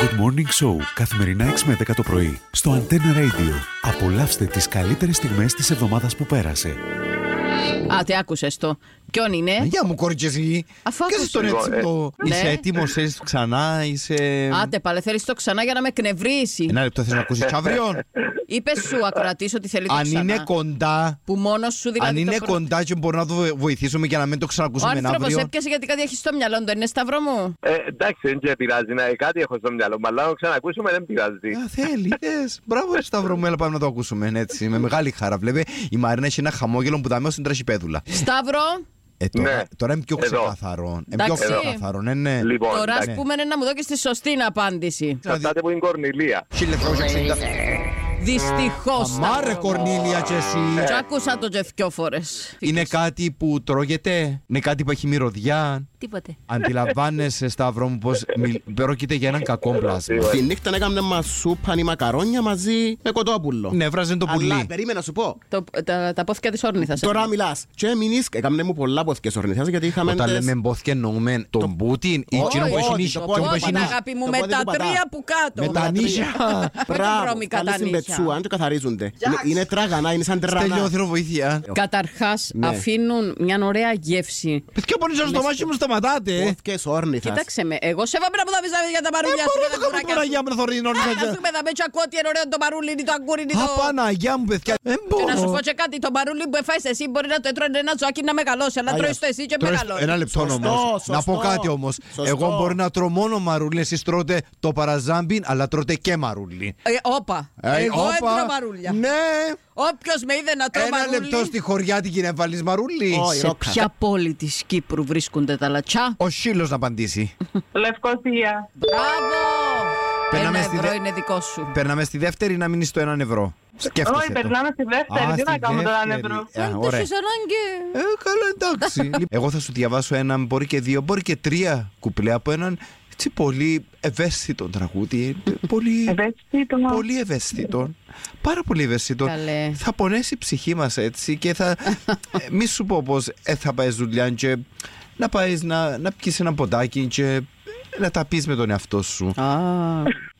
Good Morning Show καθημερινά 6 με 10 το πρωί στο Antenna Radio. Απολαύστε τις καλύτερες στιγμές της εβδομάδας που πέρασε. Α, τι άκουσες το. Ποιον Ε, είναι. Για μου κόρη και εσύ. Αφού Και άκουσα στον εγώ, έτσι ε. το... Ε? Ναι. Είσαι έτοιμος, είσαι ξανά, είσαι. Άντε, πάλι θέλεις το ξανά για να με κνευρίσει. Ένα λεπτό θέλω να ακούσεις αύριο. Είπες σου ακροατής ότι θέλει το Αν ξανά. είναι κοντά. Που μόνος σου δηλαδή. Αν το είναι πρώτο- κοντά και μπορούμε να το βοηθήσουμε για να μην το Ο ξανακούσουμε άνθρωπος αύριο. έπιασε γιατί κάτι έχει στο μυαλό του, δεν είναι σταυρό μου. Ε, εντάξει, δεν και πειράζει. Να, κάτι έχω στο μυαλό μου, αλλά να το ξανακούσουμε δεν πειράζει. Α, Θέλει, θες. Μπράβο, ρε Σταύρο μου, έλα πάμε να το ακούσουμε. Έτσι, με μεγάλη χαρά. Βλέπει, η Μαρίνα έχει ένα χαμόγελο που δάμε στην τραχυπέδουλα. Σταύρο, Ε, τώρα, Ναι. τώρα είναι πιο Εδώ. ξεκαθαρό. Είναι πιο Εντάξει. ξεκαθαρό, ναι, ναι. Λοιπόν, τώρα ας εντάξει, πούμε να μου δώσει τη σωστή απάντηση. Δηλαδή, εξαρτάται από την Κορνηλία. 1360. Δυστυχώς. Αμάρε, Κορνίλια, και εσύ. Του άκουσα το τζεφκιό φορές. Είναι κάτι που τρώγεται, είναι κάτι που έχει μυρωδιά. Τίποτε. Αντιλαμβάνεσαι, Σταύρο μου, πως πρόκειται για έναν κακό πλάσμα. Τη νύχτα να κάνουμε μας σούπα ή μακαρόνια μαζί με κοτόπουλο. Νεύραζε Ναι, το Αλλά πουλί. περίμενα να σου πω. Τα, τα πόθηκα ε. της όρνηθας. Τώρα μιλάς. Και μείνεις, έκαμε μου πολλά ποθηκές ορνηθές γιατί είχαμε Όταν τις- λέμε μπόθηκε εννοούμε τον Πούτιν ή Όχι, εκείνο που όχι, έχει όχι, νύχια. το εκείνο που πόδι, έχει πατά. νύχια. αγάπη μου, Το με πόδι τα που πατά. τρία που κάτω. Με τα νύχια. Μπράβο, Μπράβο, βρώμικα καλή τα στην νύχια. πετσούα, αν το καθαρίζονται. Είναι- Είναι τραγανά, είναι σαν Στέλιο τρανά. θέλω βοήθεια. Καταρχάς, Ναι. αφήνουν μια ωραία γεύση. Ποιο μπορεί να στο μάχη μου σταματάτε. ε? Ποθηκές όρνηθας. Κοίταξε με, εγώ σέβομαι να μου τα βυζάβεις για τα παρούλια σου Μπορώ και τα να το Ε, κάνω κουράκια τώρα για σου. να το θωρεί Άρα σου με θα μπέτσω ακούω ότι είναι ωραίο το παρούλι, είναι το αγκούρι, είναι το... Απαναγιά μου, παιδιά. Δεν Και να σου μπορώ. πω και κάτι, το παρούλι που έφαγες εσύ μπορεί να το έτρωνε ένα ζωάκι να μεγαλώσει, αλλά Άγια. τρώεις το εσύ και Τώρα, μεγαλώσει. Ένα λεπτό Σωστό, όμως. σωστό. Να πω κάτι όμως. Σωστό. Εγώ μπορώ να τρώω μόνο μαρούλι. Εσείς τρώτε το παραζάμπιν, αλλά τρώτε και μαρούλι. Ε, όπα, Ε, εγώ όπα. έτρωα παρούλια. Ναι, Όποιος με είδε να τρώω Ένα παρούλι... λεπτό στη χωριάτικη να βάλει μαρούλι. Όχι, Σε ρόκα. ποια πόλη της Κύπρου βρίσκονται τα λατσά. Ο Σύλλο να απαντήσει. Λευκοσία. Μπράβο! Περνάμε Ένα στη ευρώ δε- είναι δικό σου. Περνάμε στη δεύτερη να μείνεις στο έναν ευρώ. Σκέφτεσαι. Όχι, το. περνάμε στη δεύτερη. Α, Τι στη να κάνουμε τώρα, δεύτερη. νευρό. Ε, Αν το ωραία. έχεις ανάγκη... Ε, καλά, εντάξει. Λοιπόν, Εγώ θα σου διαβάσω ένα, μπορεί και δύο, μπορεί και τρία κουπλέ από έναν έτσι πολύ ευαίσθητο τραγούδι. ε, Πολύ, Ευαίσθητο. πολύ ευαίσθητο. Πάρα πολύ ευαίσθητο. Καλέ. Θα πονέσει η ψυχή μας έτσι και θα. ε, μη σου πω πως ε, θα πάεις δουλειά και να πάεις να, να πιεις ένα ποτάκι και να τα πεις με τον εαυτό σου. Α,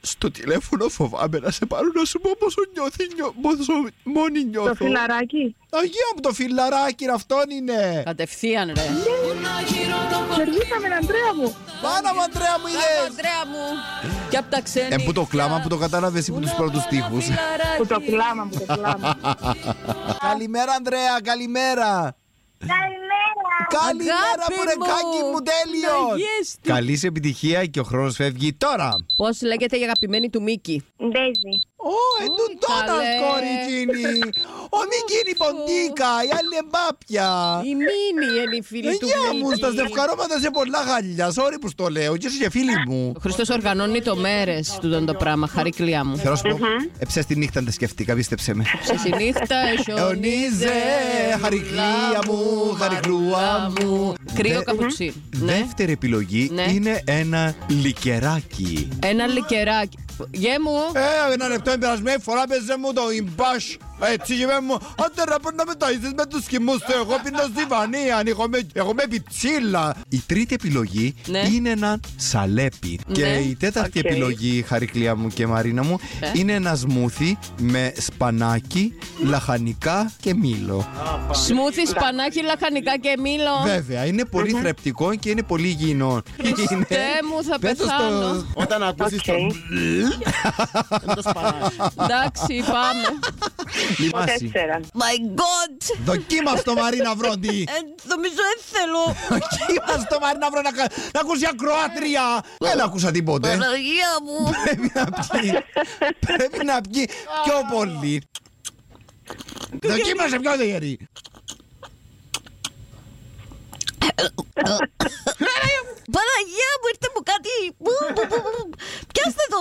Στο τηλέφωνο φοβάμαι να σε πάρω να σου πω πόσο νιώθει, νιώ, πόσο μόνη νιώθω. Το φιλαράκι. Αγία μου το φιλαράκι αυτόν είναι. κατευθείαν ρε. Κερδίσαμε τον Αντρέα μου. Μάνα μου Αντρέα μου Μπράβο, είδες. Αντρέα μου. Και απ' τα ξένη. Ε, που το κλάμα που το κατάλαβες ή που τους πρώτους τείχους. Που το κλάμα, που το κλάμα. Καλημέρα Ανδρέα, καλημέρα. Καλημέρα. Αγάπη Καλημέρα πουρεκάκι μου, Να τέλειος. γες του. Καλή σε επιτυχία και ο χρόνος φεύγει τώρα. Πώς λέγεται η αγαπημένη του Μίκη. Ντέζι. Ω, εντού τότε καλέ. κόρη εκείνη. Ο Μικίνη ποντίκα, η άλλη εμπάπια. Η Μίνη είναι η φίλη του Ε, Γεια μου, Μίκη. στα ζευκαρώματα σε πολλά γαλλιά. Sorry που στο λέω, και είσαι φίλη μου. Ο Χριστός οργανώνει το μέρες του τον το πράγμα, χαρικλιά μου. Ε, Θέλω να σου πω, έψε τη νύχτα να τα σκεφτήκα, πίστεψε με. Σε συνύχτα χιονίζε, Αιωνίζε, χαρικλία μου, χαρικλούα μου. Κρύο Δε- καπουτσί. Ναι. Δεύτερη επιλογή Ναι. είναι ένα λικεράκι. Ένα λικεράκι. Γε μου. Ε, ένα λεπτό, η περασμένη φορά παίζε μου το Ιμπάσ. Έτσι είπε μου, άντε ρε πρέπει να με ταΐζεις με τους κοιμούς του, εγώ πίνω στη Βανία, εγώ με, εγώ με πιτσίλα. Η τρίτη επιλογή Ναι. είναι ένα σαλέπι. Ναι. Και η τέταρτη Οκ. επιλογή, χαρικλία μου και Μαρίνα μου, Ε. είναι ένα σμούθι με σπανάκι, λαχανικά και μήλο. Σμούθι, σπανάκι, λαχανικά και μήλο. Βέβαια, είναι πολύ θρεπτικό και είναι πολύ υγιεινό. Χριστέ Είναι- μου, θα Πες το στο- πεθάνω. Όταν ακούσεις Οκ. το δεν το σπαράζεις. Εντάξει, πάμε. Ο Λιμάσι. τέσσερα. My God! Δοκίμαστο Μαρίνα Βρόντι. Ε, νομίζω δεν θέλω. Δοκίμαστο Μαρίνα Βρόντι να, κα- να ακούσει ακροάτρια. Δεν ακούσα τίποτε. Παναγία μου. Πρέπει να πιει. Πρέπει να πιει πιο πολύ. Δοκίμασε πιο γερή. Παναγία μου, ήρθε μου κάτι. Μπου, μπου, μπου, μπου. Πιάστε το!